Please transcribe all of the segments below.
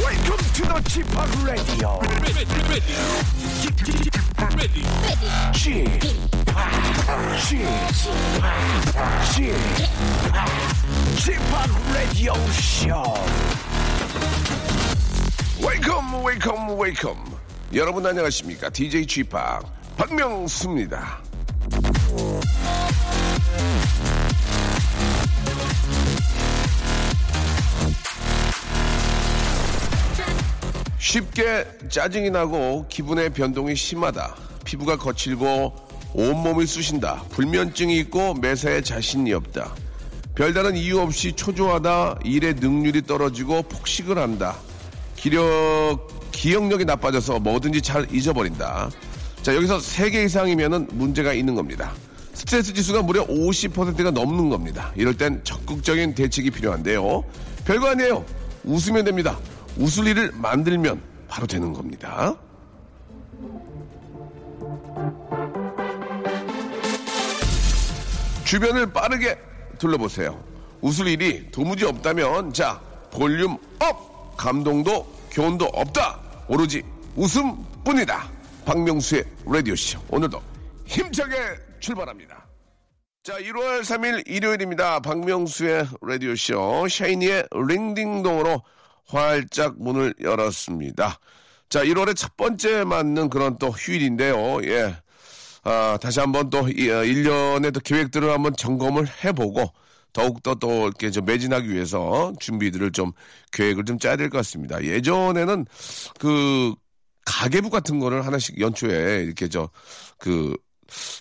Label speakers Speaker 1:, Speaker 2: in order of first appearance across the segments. Speaker 1: Welcome to the Chip Radio. Chip, Chip, Chip Radio Show. Welcome, welcome, welcome. 여러분 안녕하십니까? DJ Chip 박명수입니다. 쉽게 짜증이 나고 기분의 변동이 심하다. 피부가 거칠고 온몸이 쑤신다. 불면증이 있고 매사에 자신이 없다. 별다른 이유 없이 초조하다. 일의 능률이 떨어지고 폭식을 한다. 기력, 기억력이 나빠져서 뭐든지 잘 잊어버린다. 자, 여기서 3개 이상이면 문제가 있는 겁니다. 스트레스 지수가 무려 50%가 넘는 겁니다. 이럴 땐 적극적인 대책이 필요한데요. 별거 아니에요. 웃으면 됩니다. 웃을 일을 만들면 바로 되는 겁니다. 주변을 빠르게 둘러보세요. 웃을 일이 도무지 없다면 자 볼륨 업 감동도 교훈도 없다 오로지 웃음뿐이다 박명수의 라디오쇼 오늘도 힘차게 출발합니다 자 1월 3일 일요일입니다 박명수의 라디오쇼 샤이니의 링딩동으로 활짝 문을 열었습니다 자 1월의 첫 번째 맞는 그런 또 휴일인데요 예 아, 다시 한번 또, 이, 어, 일련의 또 계획들을 한번 점검을 해보고, 더욱더 또 이렇게 좀 매진하기 위해서 준비들을 좀 계획을 좀 짜야 될 것 같습니다. 예전에는 그, 가계부 같은 거를 하나씩 연초에 이렇게 저, 그,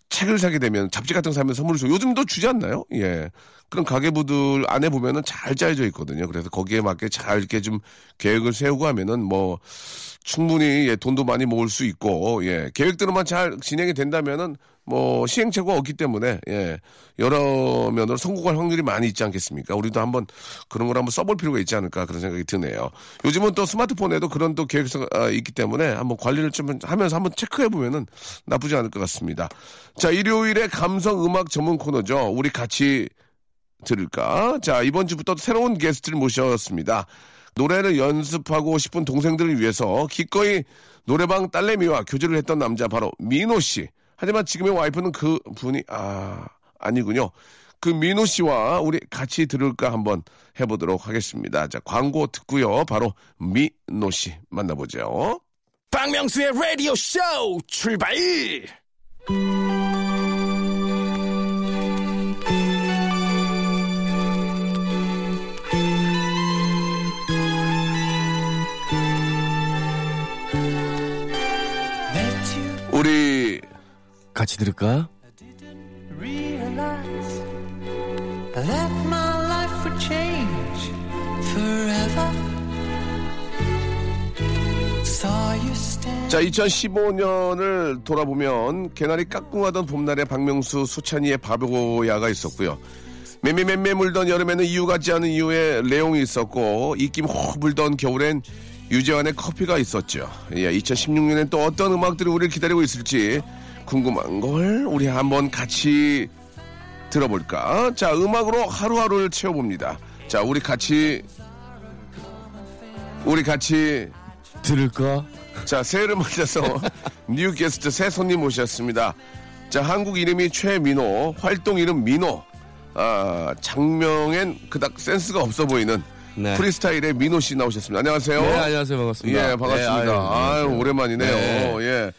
Speaker 1: 책을 사게 되면 잡지 같은 거 사면 선물을 주고 요즘도 주지 않나요? 예. 그런 가계부들 안에 보면은 잘 짜여져 있거든요. 그래서 거기에 맞게 잘 이렇게 좀 계획을 세우고 하면은 뭐 충분히 예, 돈도 많이 모을 수 있고 예, 계획대로만 잘 진행이 된다면은 뭐 시행착오가 없기 때문에 예, 여러 면으로 성공할 확률이 많이 있지 않겠습니까? 우리도 한번 그런 걸 한번 써볼 필요가 있지 않을까 그런 생각이 드네요. 요즘은 또 스마트폰에도 그런 또 계획서가 아, 있기 때문에 한번 관리를 좀 하면서 한번 체크해 보면은 나쁘지 않을 것 같습니다. 자 일요일에 감성 음악 전문 코너죠. 우리 같이 들을까? 자, 이번 주부터 새로운 게스트를 모셨습니다. 노래를 연습하고 싶은 동생들을 위해서 기꺼이 노래방 딸내미와 교제를 했던 남자 바로 민호 씨. 하지만 지금의 와이프는 그 분이 아 아니군요. 그 민호 씨와 우리 같이 들을까 한번 해보도록 하겠습니다. 자, 광고 듣고요. 바로 민호 씨 만나보죠.
Speaker 2: 박명수의 라디오 쇼 출발!
Speaker 1: 우리
Speaker 3: 같이 들을까?
Speaker 4: realize that my life would change forever. Saw you stand.
Speaker 1: 자, 2015년을 돌아보면 개나리 깍꿍하던 봄날에 박명수 수찬이의 바보야가 있었고요. 맴매맴매 물던 여름에는 이유 같지 않은 이유의 레옹이 있었고 입김 확 불던 겨울엔 유재환의 커피가 있었죠. 예, 2016년엔 또 어떤 음악들이 우리를 기다리고 있을지 궁금한 걸 우리 한번 같이 들어볼까? 자, 음악으로 하루하루를 채워봅니다. 자, 우리 같이 우리 같이
Speaker 3: 들을까?
Speaker 1: 자, 새해를 맞아서 뉴 게스트 새 손님 모셨습니다. 자, 한국 이름이 최민호, 활동 이름 민호. 아, 장명엔 그닥 센스가 없어 보이는
Speaker 3: 네.
Speaker 1: 프리스타일의 민호 씨 나오셨습니다. 안녕하세요.
Speaker 3: 네, 안녕하세요. 반갑습니다.
Speaker 1: 예, 반갑습니다.
Speaker 3: 네, 아유,
Speaker 1: 아유,
Speaker 3: 안녕하세요.
Speaker 1: 오랜만이네요.
Speaker 3: 네.
Speaker 1: 예.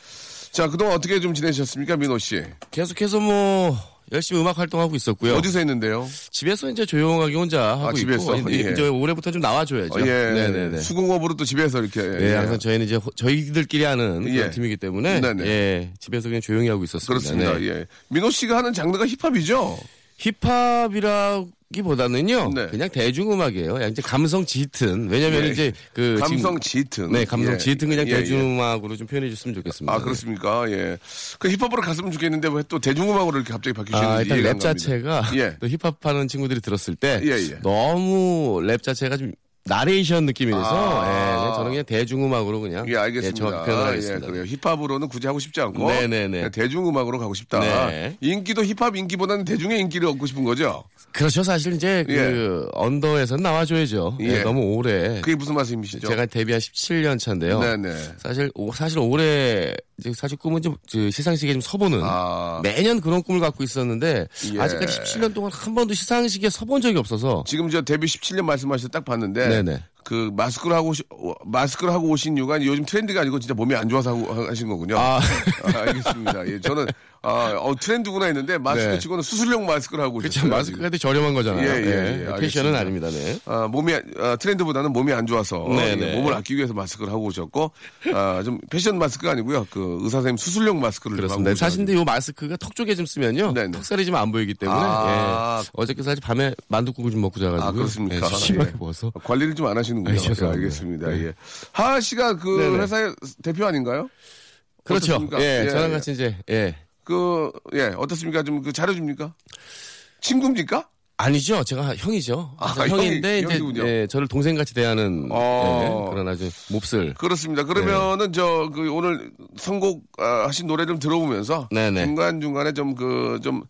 Speaker 1: 자, 그동안 어떻게 좀 지내셨습니까, 민호 씨?
Speaker 3: 계속해서 뭐 열심히 음악 활동하고 있었고요.
Speaker 1: 어디서 했는데요?
Speaker 3: 집에서 이제 조용하게 혼자 하고
Speaker 1: 집에서?
Speaker 3: 있고 이제,
Speaker 1: 예.
Speaker 3: 이제 올해부터 좀 나와줘야죠.
Speaker 1: 어, 예.
Speaker 3: 네네네.
Speaker 1: 수공업으로 또 집에서 이렇게.
Speaker 3: 네,
Speaker 1: 예.
Speaker 3: 항상 저희는 이제 호- 저희들끼리 하는 그런
Speaker 1: 예.
Speaker 3: 팀이기 때문에
Speaker 1: 네네. 예.
Speaker 3: 예, 집에서 그냥 조용히 하고 있었습니다.
Speaker 1: 그렇습니다.
Speaker 3: 네.
Speaker 1: 예. 민호 씨가 하는 장르가 힙합이죠?
Speaker 3: 힙합이라고 보다는요
Speaker 1: 네.
Speaker 3: 그냥 대중음악이에요. 그냥 이제 감성 짙은 왜냐면
Speaker 1: 예.
Speaker 3: 이제 그
Speaker 1: 감성
Speaker 3: 지금-
Speaker 1: 짙은.
Speaker 3: 네 감성
Speaker 1: 예.
Speaker 3: 짙은 그냥
Speaker 1: 예, 예.
Speaker 3: 대중음악으로 좀 표현해 줬으면 좋겠습니다.
Speaker 1: 아 그렇습니까? 예. 그 힙합으로 갔으면 좋겠는데 왜 또 대중음악으로 이렇게 갑자기 바뀌시는지
Speaker 3: 아, 일단
Speaker 1: 이해가 안
Speaker 3: 랩
Speaker 1: 갑니다.
Speaker 3: 자체가
Speaker 1: 예.
Speaker 3: 또 힙합하는 친구들이 들었을 때
Speaker 1: 예, 예.
Speaker 3: 너무 랩 자체가 좀 나레이션 느낌이 돼서
Speaker 1: 아.
Speaker 3: 예, 그냥 저는 그냥 대중음악으로 그냥
Speaker 1: 예, 알겠습니다.
Speaker 3: 예, 정확히 표현하겠습니다.
Speaker 1: 예, 그래요. 힙합으로는 굳이 하고 싶지 않고
Speaker 3: 네네네.
Speaker 1: 그냥 대중음악으로 가고 싶다.
Speaker 3: 네.
Speaker 1: 인기도 힙합 인기보다는 대중의 인기를 얻고 싶은 거죠.
Speaker 3: 그렇죠. 사실 이제 그 언더에서 나와줘야죠. 예,
Speaker 1: 예.
Speaker 3: 너무 오래.
Speaker 1: 그게 무슨 말씀이시죠?
Speaker 3: 제가 데뷔한 17년 차인데요.
Speaker 1: 네네.
Speaker 3: 사실 오- 사실 올해 이제 사실 꿈은 좀 그, 시상식에 좀 서보는
Speaker 1: 아.
Speaker 3: 매년 그런 꿈을 갖고 있었는데
Speaker 1: 예.
Speaker 3: 아직까지 17년 동안 한 번도 시상식에 서본 적이 없어서
Speaker 1: 지금 저 데뷔 17년 말씀하실 때 딱 봤는데
Speaker 3: 네네.
Speaker 1: 그 마스크를 하고 오시, 어, 마스크를 하고 오신 이유가 요즘 트렌드가 아니고 진짜 몸이 안 좋아서 하고, 하- 하신 거군요.
Speaker 3: 아.
Speaker 1: 아, 알겠습니다. 예, 저는 아, 어, 트렌드구나 했는데 마스크
Speaker 3: 네.
Speaker 1: 치고는 수술용 마스크를 하고
Speaker 3: 그렇죠.
Speaker 1: 오셨어요.
Speaker 3: 마스크가 되게 저렴한
Speaker 1: 예,
Speaker 3: 거잖아요.
Speaker 1: 예, 예.
Speaker 3: 패션은
Speaker 1: 알겠습니다.
Speaker 3: 아닙니다. 네.
Speaker 1: 아, 몸이 아, 트렌드보다는 몸이 안 좋아서
Speaker 3: 네,
Speaker 1: 예,
Speaker 3: 네.
Speaker 1: 몸을 아끼기 위해서 마스크를 하고 오셨고 아, 좀 패션 마스크가 아니고요. 그 의사 선생님 수술용 마스크를 좀
Speaker 3: 그렇습니다.
Speaker 1: 하고
Speaker 3: 사실
Speaker 1: 오셔가지고.
Speaker 3: 근데 요 마스크가 턱 쪽에 좀 쓰면요.
Speaker 1: 네, 네.
Speaker 3: 턱살이 좀 안 보이기 때문에.
Speaker 1: 아.
Speaker 3: 예. 어저께 사실 밤에 만둣국을 좀 먹고 자가지고.
Speaker 1: 아, 그렇습니까?
Speaker 3: 예, 심하게
Speaker 1: 예.
Speaker 3: 먹어서.
Speaker 1: 관리를 좀 안 하시는군요.
Speaker 3: 아, 죄송합니다.
Speaker 1: 예, 알겠습니다.
Speaker 3: 네.
Speaker 1: 예. 하하 씨가 그
Speaker 3: 네네.
Speaker 1: 회사의 대표 아닌가요?
Speaker 3: 그렇죠.
Speaker 1: 어떻습니까?
Speaker 3: 예,
Speaker 1: 예,
Speaker 3: 저랑
Speaker 1: 예.
Speaker 3: 같이 이제, 예.
Speaker 1: 그, 예, 어떻습니까? 좀 그 잘해줍니까? 친구입니까?
Speaker 3: 아니죠. 제가 형이죠.
Speaker 1: 아,
Speaker 3: 그래서 형인데,
Speaker 1: 형이- 형이군요.
Speaker 3: 이제, 예, 저를 동생같이 대하는
Speaker 1: 어.
Speaker 3: 예, 그런 아주 몹쓸.
Speaker 1: 그렇습니다. 그러면은 저 그 오늘 선곡 아, 하신 노래 좀 들어보면서
Speaker 3: 네네.
Speaker 1: 중간 중간에 좀 그 좀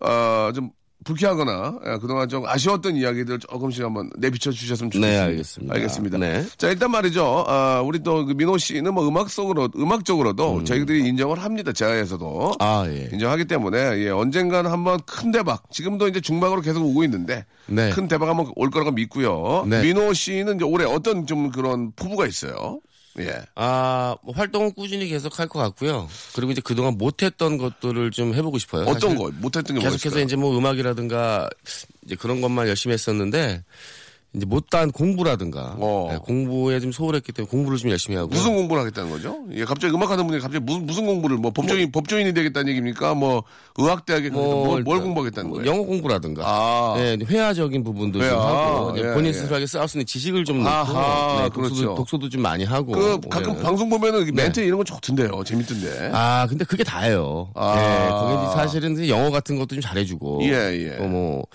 Speaker 1: 아, 좀 불쾌하거나 예, 그동안 좀 아쉬웠던 이야기들 조금씩 한번 내비쳐 주셨으면 좋겠습니다.
Speaker 3: 네, 알겠습니다.
Speaker 1: 알겠습니다.
Speaker 3: 네.
Speaker 1: 자 일단 말이죠. 아, 우리 또그 민호 씨는 뭐 음악적으로 음악적으로도 저희들이 인정을 합니다. 제아에서도
Speaker 3: 아, 예.
Speaker 1: 인정하기 때문에 예, 언젠가는 한번 큰 대박 지금도 이제 중박으로 계속 오고 있는데
Speaker 3: 네.
Speaker 1: 큰 대박 한번 올 거라고 믿고요.
Speaker 3: 네.
Speaker 1: 민호 씨는 이제 올해 어떤 좀 그런 포부가 있어요? 예.
Speaker 3: 아, 뭐 활동은 꾸준히 계속 할 것 같고요. 그리고 이제 그동안 못했던 것들을 좀 해보고 싶어요.
Speaker 1: 어떤
Speaker 3: 사실
Speaker 1: 거 못했던 게
Speaker 3: 계속해서
Speaker 1: 뭐였어요?
Speaker 3: 이제 뭐 음악이라든가 이제 그런 것만 열심히 했었는데 이제 못다한 공부라든가
Speaker 1: 어.
Speaker 3: 네, 공부에 좀 소홀했기 때문에 공부를 좀 열심히 하고
Speaker 1: 무슨 공부를 하겠다는 거죠? 예, 갑자기 음악하는 분이 갑자기 무슨 무슨 공부를 뭐 법조인 법조인이 되겠다는 얘기입니까? 뭐 의학대학에 가서 뭐, 뭘,
Speaker 3: 일단
Speaker 1: 공부하겠다는 거예요?
Speaker 3: 영어 공부라든가
Speaker 1: 아.
Speaker 3: 네, 회화적인 부분도
Speaker 1: 회화.
Speaker 3: 좀 하고 이제
Speaker 1: 예, 예.
Speaker 3: 본인 스스로에게 쌓을 수 있는 지식을 좀 넣고
Speaker 1: 아하,
Speaker 3: 네, 독서도,
Speaker 1: 그렇죠.
Speaker 3: 독서도 좀 많이 하고
Speaker 1: 그 가끔
Speaker 3: 올해는.
Speaker 1: 방송 보면은 이렇게 멘트 이런 거 좋던데요. 재밌던데.
Speaker 3: 뭐 예. 네. 아, 근데 그게 다예요.
Speaker 1: 아.
Speaker 3: 네, 거기 이제 사실은 이제 영어 같은 것도 좀 잘해주고,
Speaker 1: 예, 예.
Speaker 3: 어, 뭐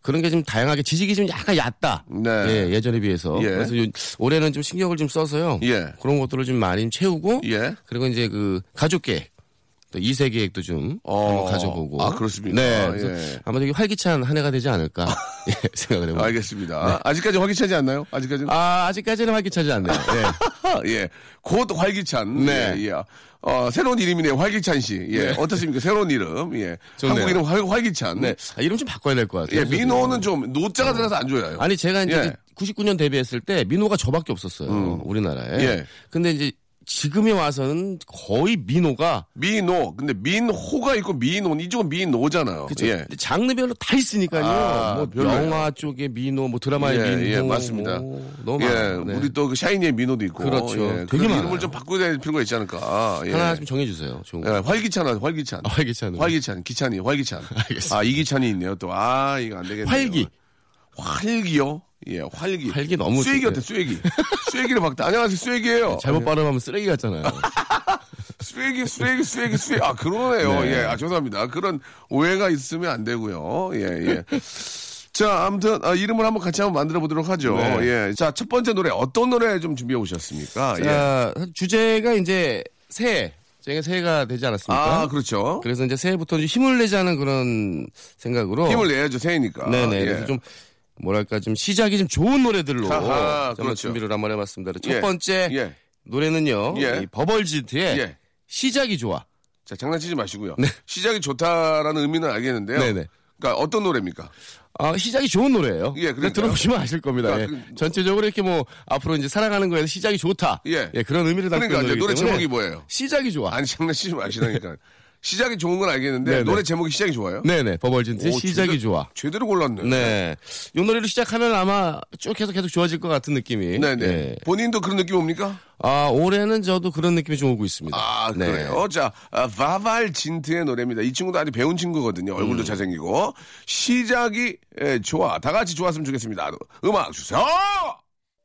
Speaker 3: 그런 게 좀 다양하게 지식이 좀 약간 얕다.
Speaker 1: 네.
Speaker 3: 예, 예전에 비해서.
Speaker 1: 예.
Speaker 3: 그래서 요- 올해는 좀 신경을 좀 써서요.
Speaker 1: 예.
Speaker 3: 그런 것들을 좀 많이 채우고,
Speaker 1: 예.
Speaker 3: 그리고 이제 그 가족 계획. 또 2세 계획도 좀
Speaker 1: 어.
Speaker 3: 한번 가져보고.
Speaker 1: 아, 그렇습니까?
Speaker 3: 네.
Speaker 1: 아,
Speaker 3: 그래서
Speaker 1: 예. 아.
Speaker 3: 아마 되게 활기찬 한 해가 되지 않을까 예, 생각을 해봅니다.
Speaker 1: 알겠습니다.
Speaker 3: 네.
Speaker 1: 아직까지 확인차지 않나요? 아직까지는?
Speaker 3: 아, 아직까지는 활기차지 않네요. 네.
Speaker 1: 예. 곧 활기찬.
Speaker 3: 네.
Speaker 1: 예, 예. 어, 새로운 이름이네요. 활기찬 씨. 예. 어떻습니까? 새로운 이름. 예.
Speaker 3: 좋네요.
Speaker 1: 한국 이름 활, 활기찬.
Speaker 3: 네. 아, 이름 좀 바꿔야 될 것 같아요. 뭐.
Speaker 1: 예, 민호는 좀 노자가 들어가서 안 좋아요.
Speaker 3: 아니 제가 이제
Speaker 1: 예.
Speaker 3: 99년 데뷔했을 때 민호가 저밖에 없었어요 우리나라에.
Speaker 1: 예.
Speaker 3: 근데 이제 지금에 와서는 거의 민호가
Speaker 1: 민호. 근데 민호가 있고 민호. 이쪽은 민호잖아요.
Speaker 3: 그쵸?
Speaker 1: 예.
Speaker 3: 근데 장르별로 다 있으니까요.
Speaker 1: 아,
Speaker 3: 뭐
Speaker 1: 별로예요.
Speaker 3: 영화 쪽에 민호, 뭐 드라마의
Speaker 1: 예,
Speaker 3: 민호,
Speaker 1: 예, 맞습니다.
Speaker 3: 뭐 너무
Speaker 1: 예,
Speaker 3: 많아요. 네.
Speaker 1: 우리 또 그 샤이니의 민호도 있고.
Speaker 3: 그렇죠.
Speaker 1: 예,
Speaker 3: 되게
Speaker 1: 그런 이름을
Speaker 3: 많아요.
Speaker 1: 좀 바꿔야 될 필요가 있지 않을까. 아, 예.
Speaker 3: 하나 좀 정해주세요. 좋은
Speaker 1: 예,
Speaker 3: 거.
Speaker 1: 활기찬아, 활기찬.
Speaker 3: 아, 활기찬으로.
Speaker 1: 활기찬, 기찬이, 활기찬.
Speaker 3: 알겠습니다.
Speaker 1: 아, 이기찬이 있네요. 또, 아, 이거 안 되겠네요.
Speaker 3: 활기.
Speaker 1: 활기요? 예, 활기.
Speaker 3: 활기 너무
Speaker 1: 쐐기
Speaker 3: 웃기네.
Speaker 1: 어때, 쐐기. 쐐기를 박다. 안녕하세요, 쐐기예요
Speaker 3: 잘못 발음하면 쓰레기 같잖아요.
Speaker 1: 쐐기, 쐐기, 쐐기, 쐐기. 아, 그러네요. 예, 아, 죄송합니다. 그런 오해가 있으면 안 되고요. 예, 예. 자, 아무튼, 아, 이름을 한번 같이 한번 만들어 보도록 하죠. 예. 자, 첫 번째 노래, 어떤 노래 좀 준비해 오셨습니까? 예.
Speaker 3: 네. 자, 주제가 이제 새해. 제가 새해가 되지 않았습니까?
Speaker 1: 아, 그렇죠.
Speaker 3: 그래서 이제 새해부터 는 힘을 내자는 그런 생각으로
Speaker 1: 힘을 내야죠, 새해니까.
Speaker 3: 네네.
Speaker 1: 예.
Speaker 3: 그래서 좀 뭐랄까 좀 시작이 좀 좋은 노래들로
Speaker 1: 아하,
Speaker 3: 좀
Speaker 1: 그렇죠.
Speaker 3: 준비를 한번 해봤습니다. 첫
Speaker 1: 예.
Speaker 3: 번째
Speaker 1: 예.
Speaker 3: 노래는요.
Speaker 1: 예.
Speaker 3: 이 버벌진트의
Speaker 1: 예.
Speaker 3: 시작이 좋아.
Speaker 1: 자, 장난치지 마시고요. 시작이 좋다라는 의미는 알겠는데요.
Speaker 3: 네. 네네.
Speaker 1: 그러니까 어떤 노래입니까?
Speaker 3: 아, 시작이 좋은 노래예요.
Speaker 1: 예, 그러니까요.
Speaker 3: 들어보시면 아실 겁니다.
Speaker 1: 아,
Speaker 3: 예.
Speaker 1: 그-
Speaker 3: 전체적으로 이렇게 뭐 앞으로 이제 살아가는 거에서 시작이 좋다.
Speaker 1: 예.
Speaker 3: 그런 의미를 담고
Speaker 1: 그러니까
Speaker 3: 있는
Speaker 1: 이제
Speaker 3: 노래이기
Speaker 1: 노래
Speaker 3: 때문에
Speaker 1: 제목이 뭐예요?
Speaker 3: 시작이 좋아.
Speaker 1: 아니 장난치지 마시라니까. 시작이 좋은 건 알겠는데
Speaker 3: 네. 네네.
Speaker 1: 노래 제목이 시작이 좋아요?
Speaker 3: 네네. 버벌진트
Speaker 1: 오,
Speaker 3: 시작이
Speaker 1: 제대로-
Speaker 3: 좋아.
Speaker 1: 제대로 골랐네.
Speaker 3: 네. 요 노래로 시작하면 아마 쭉 계속 계속 좋아질 것 같은 느낌이.
Speaker 1: 네네.
Speaker 3: 예.
Speaker 1: 본인도 그런 느낌 옵니까?
Speaker 3: 아, 올해는 저도 그런 느낌이 좀 오고 있습니다.
Speaker 1: 아,
Speaker 3: 네.
Speaker 1: 그래요. 자, 아, 바발 진트의 노래입니다. 이 친구도 아주 배운 친구거든요.
Speaker 3: 음.
Speaker 1: 얼굴도 잘생기고. 시작이 예, 좋아. 다 같이 좋았으면 좋겠습니다. 음악 주세요!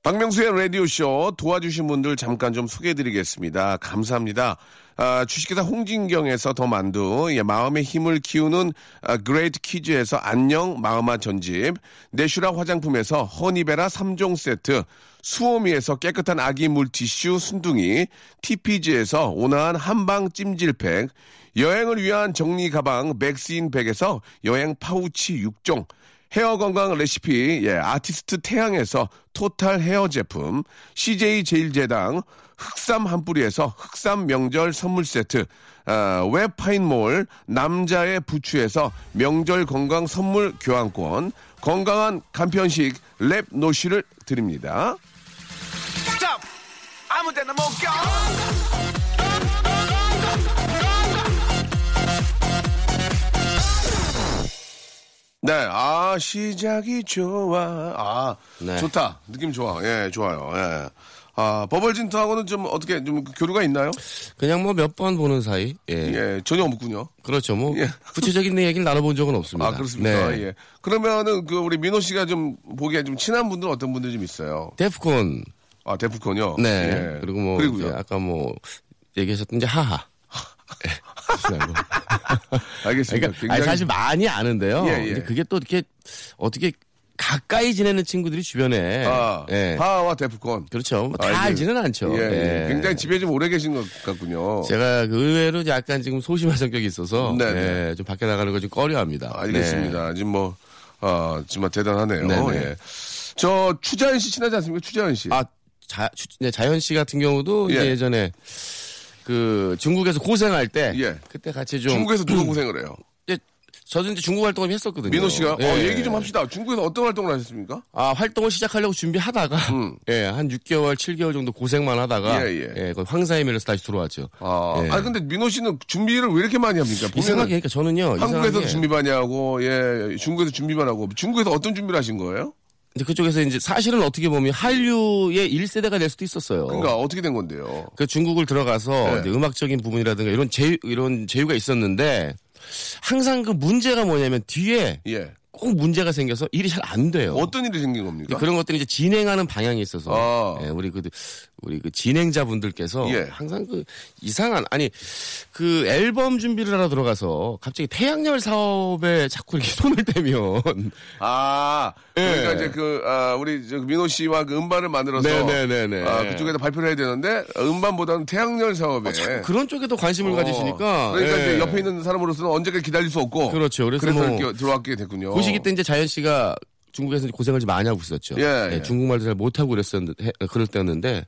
Speaker 1: 박명수의 라디오쇼 도와주신 분들 잠깐 좀 소개해드리겠습니다. 감사합니다. 아, 주식회사 홍진경에서 더 만두, 예, 마음의 힘을 키우는 아, 그레이트 키즈에서 안녕 마음아 전집, 내슈라 화장품에서 허니베라 3종 세트, 수오미에서 깨끗한 아기 물티슈 순둥이, TPG에서 온화한 한방 찜질팩, 여행을 위한 정리 가방 맥스인 백에서 여행 파우치 6종, 헤어 건강 레시피 예, 아티스트 태양에서 토탈 헤어 제품 CJ 제일제당 흑삼 한 뿌리에서 흑삼 명절 선물 세트 아, 웹파인몰 남자의 부추에서 명절 건강 선물 교환권 건강한 간편식 랩노시를 드립니다. 네, 아 시작이 좋아, 아
Speaker 3: 네.
Speaker 1: 좋다, 느낌 좋아, 예, 좋아요, 예. 아 버벌진트하고는 좀 어떻게 좀 교류가 있나요?
Speaker 3: 그냥 뭐 몇 번 보는 사이. 예.
Speaker 1: 예, 전혀 없군요.
Speaker 3: 그렇죠. 뭐
Speaker 1: 예.
Speaker 3: 구체적인 얘기는 나눠본 적은 없습니다.
Speaker 1: 아 그렇습니까?
Speaker 3: 네.
Speaker 1: 예. 그러면은 그 우리 민호 씨가 좀 보기에 좀 친한 분들은 어떤 분들 좀 있어요?
Speaker 3: 데프콘.
Speaker 1: 아 데프콘요.
Speaker 3: 네.
Speaker 1: 예.
Speaker 3: 그리고 뭐
Speaker 1: 그리고요.
Speaker 3: 이제 아까 뭐 얘기하셨던 이제 하하. 예. 혹시 알고.
Speaker 1: 알겠습니다.
Speaker 3: 그러니까 아니, 사실 많이 아는데요.
Speaker 1: 예, 예.
Speaker 3: 이제 그게 또 이렇게 어떻게 가까이 지내는 친구들이 주변에
Speaker 1: 아,
Speaker 3: 예.
Speaker 1: 하와 데프콘.
Speaker 3: 그렇죠. 뭐다
Speaker 1: 알지.
Speaker 3: 알지는 않죠.
Speaker 1: 예, 예.
Speaker 3: 예.
Speaker 1: 굉장히 집에 좀 오래 계신 것 같군요.
Speaker 3: 제가 그 의외로 약간 지금 소심한 성격이 있어서
Speaker 1: 네, 네.
Speaker 3: 예, 좀 밖에 나가는 걸 좀 꺼려합니다.
Speaker 1: 아, 알겠습니다. 지금 뭐, 아, 정말 대단하네요.
Speaker 3: 네, 네.
Speaker 1: 예. 저 추자연 씨 친하지 않습니까? 추자연 씨.
Speaker 3: 아 자, 추- 네, 자현 씨 같은 경우도
Speaker 1: 예.
Speaker 3: 예. 전에그 중국에서 고생할 때
Speaker 1: 예.
Speaker 3: 그때 같이 좀 음.
Speaker 1: 중국에서 누가 고생을 해요?
Speaker 3: 이제 저도 이제 중국 활동을 했었거든요.
Speaker 1: 민호 씨가 어,
Speaker 3: 예.
Speaker 1: 얘기 좀 합시다. 중국에서 어떤 활동을 하셨습니까?
Speaker 3: 아, 활동을 시작하려고 준비하다가, 예, 한 6개월, 7개월 정도 고생만 하다가,
Speaker 1: 음. 예, 예.
Speaker 3: 거의 황사의 밀에서 다시 들어왔죠.
Speaker 1: 아,
Speaker 3: 예.
Speaker 1: 아니, 근데 민호 씨는 준비를 왜 이렇게 많이 합니까? 보면은
Speaker 3: 이상하게, 그러니까 저는요,
Speaker 1: 한국에서도
Speaker 3: 이상하게
Speaker 1: 준비 많이 하고, 예, 중국에서 준비만 하고, 중국에서 어떤 준비를 하신 거예요?
Speaker 3: 이제 그쪽에서 이제 사실은 어떻게 보면 한류의 1세대가 될 수도 있었어요.
Speaker 1: 그러니까 어떻게 된 건데요?
Speaker 3: 그 중국을 들어가서
Speaker 1: 예.
Speaker 3: 이제 음악적인 부분이라든가 이런 제휴, 이런 제휴가 있었는데, 항상 그 문제가 뭐냐면 뒤에
Speaker 1: 예.
Speaker 3: 꼭 문제가 생겨서 일이 잘 안 돼요.
Speaker 1: 어떤 일이 생긴
Speaker 3: 이제
Speaker 1: 겁니까?
Speaker 3: 예, 그러니까 그런 것들이 이제 진행하는 방향에 있어서
Speaker 1: 아.
Speaker 3: 예, 우리 그 우리 그 진행자분들께서
Speaker 1: 예.
Speaker 3: 항상 그 이상한 아니 그 앨범 준비를 하러 들어가서 갑자기 태양열 사업에 자꾸 이렇게 손을 대면
Speaker 1: 아, 그러니까
Speaker 3: 예.
Speaker 1: 이제 그, 아, 우리 저 민호 씨와 그 음반을 만들어서.
Speaker 3: 네네네네.
Speaker 1: 아, 그쪽에다 발표를 해야 되는데, 음반보다는 태양열 사업에.
Speaker 3: 아, 그런 쪽에도 관심을 가지시니까
Speaker 1: 예. 어, 그러니까
Speaker 3: 예.
Speaker 1: 이제 옆에 있는 사람으로서는 언제까지 기다릴 수 없고.
Speaker 3: 그렇죠. 그래서
Speaker 1: 그래서
Speaker 3: 뭐-
Speaker 1: 이렇게 들어왔게 됐군요.
Speaker 3: 고시기 때 이제 자연 씨가 중국에서 이제 고생을 좀 많이 하고 있었죠.
Speaker 1: 예, 예.
Speaker 3: 중국말도 잘 못하고 그랬었는데 해- 그럴 때였는데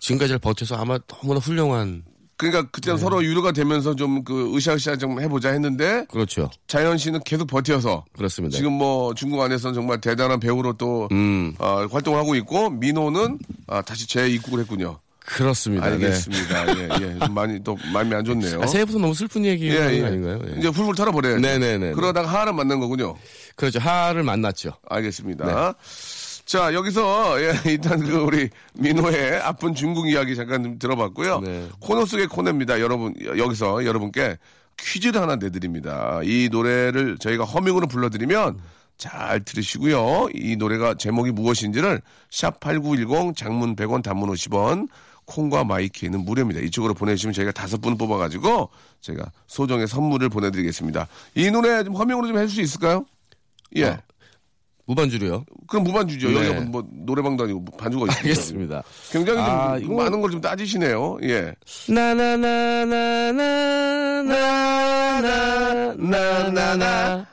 Speaker 3: 지금까지 잘 버텨서 아마 너무나 훌륭한
Speaker 1: 그러니까 그때는
Speaker 3: 네.
Speaker 1: 서로 유료가 되면서 좀 그 으쌰으쌰 좀 해보자 했는데,
Speaker 3: 그렇죠.
Speaker 1: 자연 씨는 계속 버텨서.
Speaker 3: 그렇습니다.
Speaker 1: 지금 뭐 중국 안에서는 정말 대단한 배우로 또
Speaker 3: 음.
Speaker 1: 어, 활동을 하고 있고 민호는 아, 다시 재입국을 했군요.
Speaker 3: 그렇습니다. 네.
Speaker 1: 알겠습니다. 예, 예. 좀 많이 또 마음이 안 좋네요.
Speaker 3: 아, 새해부터 너무 슬픈 얘기
Speaker 1: 어? 예,
Speaker 3: 하는
Speaker 1: 예.
Speaker 3: 거 아닌가요? 예.
Speaker 1: 이제 훌훌 털어버려요.
Speaker 3: 네네네.
Speaker 1: 그러다가 하나를 만난 거군요.
Speaker 3: 그렇죠. 하를 만났죠.
Speaker 1: 알겠습니다. 자, 여기서, 예, 일단 그 우리 민호의 아픈 중국 이야기 잠깐 좀 들어봤고요.
Speaker 3: 네.
Speaker 1: 코너 속의 코너입니다. 여러분, 여- 여기서 여러분께 퀴즈를 하나 내드립니다. 이 노래를 저희가 허밍으로 불러드리면 잘 들으시고요. 이 노래가 제목이 무엇인지를 샵8910 장문 100원 단문 50원 콩과 마이키는 무료입니다. 이쪽으로 보내주시면 저희가 다섯 분 뽑아가지고 저희가 소정의 선물을 보내드리겠습니다. 이 노래 좀 허밍으로 좀 해줄 수 있을까요? 예.
Speaker 3: 어. 무반주로요.
Speaker 1: 그럼 무반주죠.
Speaker 3: 네.
Speaker 1: 여기가 뭐 노래방도 아니고 뭐 반주가 있습니다.
Speaker 3: 알겠습니다.
Speaker 1: 굉장히 좀
Speaker 3: 아, 이거-
Speaker 1: 많은 걸 좀 따지시네요. 예.
Speaker 3: 나나나나나나나나나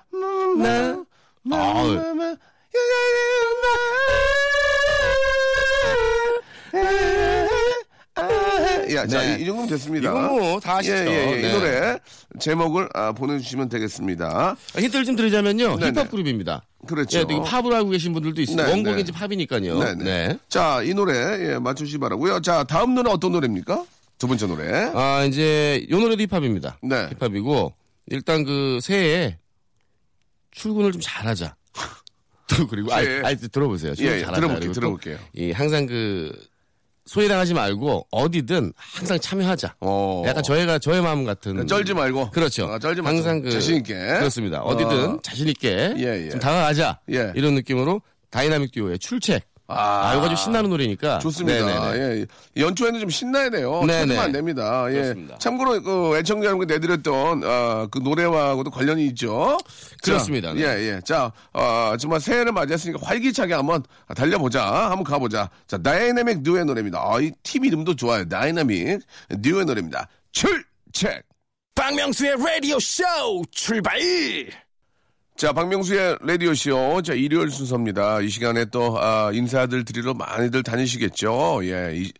Speaker 1: 네.
Speaker 3: 아,
Speaker 1: 아, 예. 야, 자,
Speaker 3: 네.
Speaker 1: 이, 이 정도면 됐습니다.
Speaker 3: 이거 뭐다 아시죠?
Speaker 1: 예, 예, 예. 이
Speaker 3: 네.
Speaker 1: 노래 제목을 아, 보내주시면 되겠습니다.
Speaker 3: 아, 힌트를 좀 드리자면요.
Speaker 1: 네네.
Speaker 3: 힙합 그룹입니다.
Speaker 1: 그렇죠.
Speaker 3: 예, 또 이거 팝을 알고 계신 분들도 있어요.
Speaker 1: 네,
Speaker 3: 원곡이
Speaker 1: 네.
Speaker 3: 이제 팝이니까요.
Speaker 1: 네, 네. 자, 이 노래 예, 맞추시 기 바라고요. 자, 다음 노래 어떤 노래입니까? 두 번째 노래.
Speaker 3: 아, 이제 요 노래도 힙합입니다.
Speaker 1: 네.
Speaker 3: 힙합이고 일단 그 새해 출근을 좀 잘하자. 또 그리고 아,
Speaker 1: 예.
Speaker 3: 아 들어보세요. 출근
Speaker 1: 예, 예.
Speaker 3: 잘하자.
Speaker 1: 들어볼게요,
Speaker 3: 그리고 또
Speaker 1: 들어볼게요.
Speaker 3: 이 항상 그 소외당하지 말고 어디든 항상 참여하자.
Speaker 1: 어. 그러니까
Speaker 3: 약간 저희가 저의 마음 같은
Speaker 1: 쩔지 말고.
Speaker 3: 그렇죠.
Speaker 1: 아, 쩔지 말고.
Speaker 3: 항상 그
Speaker 1: 자신 있게.
Speaker 3: 그렇습니다. 어디든
Speaker 1: 어.
Speaker 3: 자신 있게
Speaker 1: 예, 예.
Speaker 3: 좀 다가가자.
Speaker 1: 예.
Speaker 3: 이런 느낌으로 다이나믹 듀오의 출첵.
Speaker 1: 아.
Speaker 3: 아, 이거 아주 신나는 노래니까.
Speaker 1: 좋습니다.
Speaker 3: 네네네.
Speaker 1: 예, 예. 연초에는 좀 신나야 돼요.
Speaker 3: 네네.
Speaker 1: 참으면 안 됩니다. 예.
Speaker 3: 그렇습니다.
Speaker 1: 참고로 그 애청자 여러분께 내드렸던 아, 그 노래와도 관련이 있죠. 자,
Speaker 3: 그렇습니다. 네.
Speaker 1: 예, 예. 자, 어, 정말 새해를 맞이했으니까 활기차게 한번 달려보자. 한번 가보자. 자, 다이내믹 뉴의 노래입니다. 아, 이팀 이름도 좋아요. 다이내믹 뉴의 노래입니다. 출첵.
Speaker 2: 박명수의 라디오 쇼 출발!
Speaker 1: 자, 박명수의 라디오쇼. 자, 일요일 순서입니다. 이 시간에 또, 아, 인사들 드리러 많이들 다니시겠죠. 예, 이,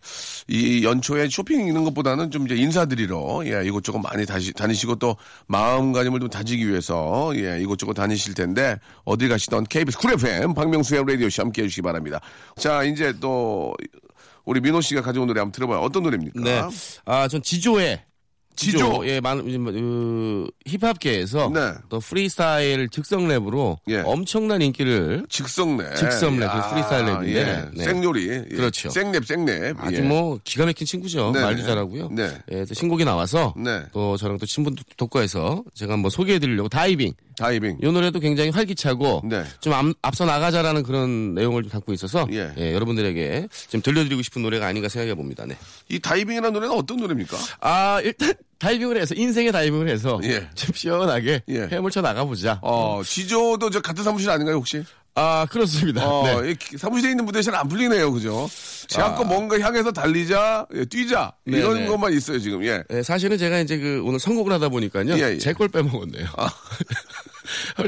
Speaker 1: 이 연초에 쇼핑 있는 것보다는 좀 이제 인사드리러, 예, 이곳저곳 많이 다시, 다니시고 또 마음가짐을 좀 다지기 위해서, 예, 이곳저곳 다니실 텐데, 어디 가시던 KBS 쿨 FM 박명수의 라디오쇼 함께 해주시기 바랍니다. 자, 이제 또, 우리 민호 씨가 가져온 노래 한번 들어봐요. 어떤 노래입니까?
Speaker 3: 네. 아, 전 지조의 지조.
Speaker 1: 지조.
Speaker 3: 예, 많은 그, 힙합계에서
Speaker 1: 네.
Speaker 3: 또 프리스타일 즉석 랩으로
Speaker 1: 예.
Speaker 3: 엄청난 인기를
Speaker 1: 직성랩.
Speaker 3: 직성랩, 그
Speaker 1: 야,
Speaker 3: 프리스타일 랩인데,
Speaker 1: 아, 예,
Speaker 3: 네.
Speaker 1: 생요리. 예,
Speaker 3: 그렇죠.
Speaker 1: 생랩, 생랩.
Speaker 3: 아주
Speaker 1: 예.
Speaker 3: 뭐 기가 막힌 친구죠.
Speaker 1: 네.
Speaker 3: 말도 잘하고요.
Speaker 1: 네.
Speaker 3: 예, 또 신곡이 나와서
Speaker 1: 네.
Speaker 3: 또 저랑 또 친분 독과해서 제가 한번 소개해드리려고 다이빙.
Speaker 1: 다이빙.
Speaker 3: 이 노래도 굉장히 활기차고
Speaker 1: 네.
Speaker 3: 좀 앞, 앞서 나가자라는 그런 내용을 좀 담고 있어서
Speaker 1: 예.
Speaker 3: 예, 여러분들에게 좀 들려드리고 싶은 노래가 아닌가 생각해 봅니다. 네.
Speaker 1: 이 다이빙이라는 노래는 어떤 노래입니까?
Speaker 3: 아 일단 다이빙을 해서 인생의 다이빙을 해서
Speaker 1: 예.
Speaker 3: 좀 시원하게
Speaker 1: 예.
Speaker 3: 헤엄쳐 나가보자.
Speaker 1: 어, 지조도 저 같은 사무실 아닌가요, 혹시?
Speaker 3: 아 그렇습니다.
Speaker 1: 어,
Speaker 3: 네.
Speaker 1: 이 기- 사무실에 있는 무대 잘안 풀리네요, 그죠? 자꾸 뭔가 향해서 달리자, 예, 뛰자,
Speaker 3: 네,
Speaker 1: 이런
Speaker 3: 네.
Speaker 1: 것만 있어요, 지금, 예.
Speaker 3: 예, 사실은 제가 이제 그 오늘 선곡을 하다 보니까요
Speaker 1: 예, 예.
Speaker 3: 제 걸 빼먹었네요.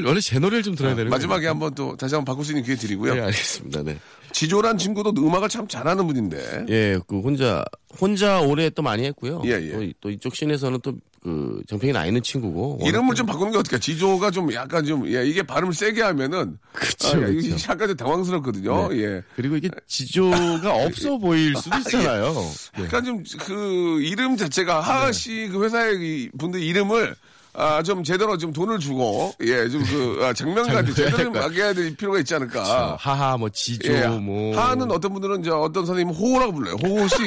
Speaker 3: 원래 제 노래를 좀 들어야 되는
Speaker 1: 아, 마지막에 한번 또 다시 한번 바꿀 수 있는 기회 드리고요.
Speaker 3: 네, 알겠습니다. 네.
Speaker 1: 지조란 친구도 음악을 참 잘하는 분인데.
Speaker 3: 예, 그 혼자 혼자 올해 또 많이 했고요.
Speaker 1: 예, 예.
Speaker 3: 또, 이- 또 이쪽 씬에서는 또 그 정평이 나 있는 친구고
Speaker 1: 이름을 좀 바꾸는 게 어떨까? 지조가 좀 약간 좀, 예, 이게 발음을 세게 하면은.
Speaker 3: 그쵸,
Speaker 1: 아, 이게
Speaker 3: 그쵸.
Speaker 1: 약간 좀 당황스럽거든요, 예.
Speaker 3: 그리고 이게 지조가 없어 보일 수도 있잖아요. 예.
Speaker 1: 약간 그러니까 좀 그 이름 자체가 하하 씨 그 회사의 이 분들 이름을 아 좀 제대로 좀 돈을 주고 예 좀그 아, 장면같이 제대로 좀 아껴야 될 필요가 있지 않을까.
Speaker 3: 하하 뭐 지조
Speaker 1: 예,
Speaker 3: 뭐
Speaker 1: 하하는 어떤 분들은 저 어떤 선생님 호호라고 불러요. 호호 씨,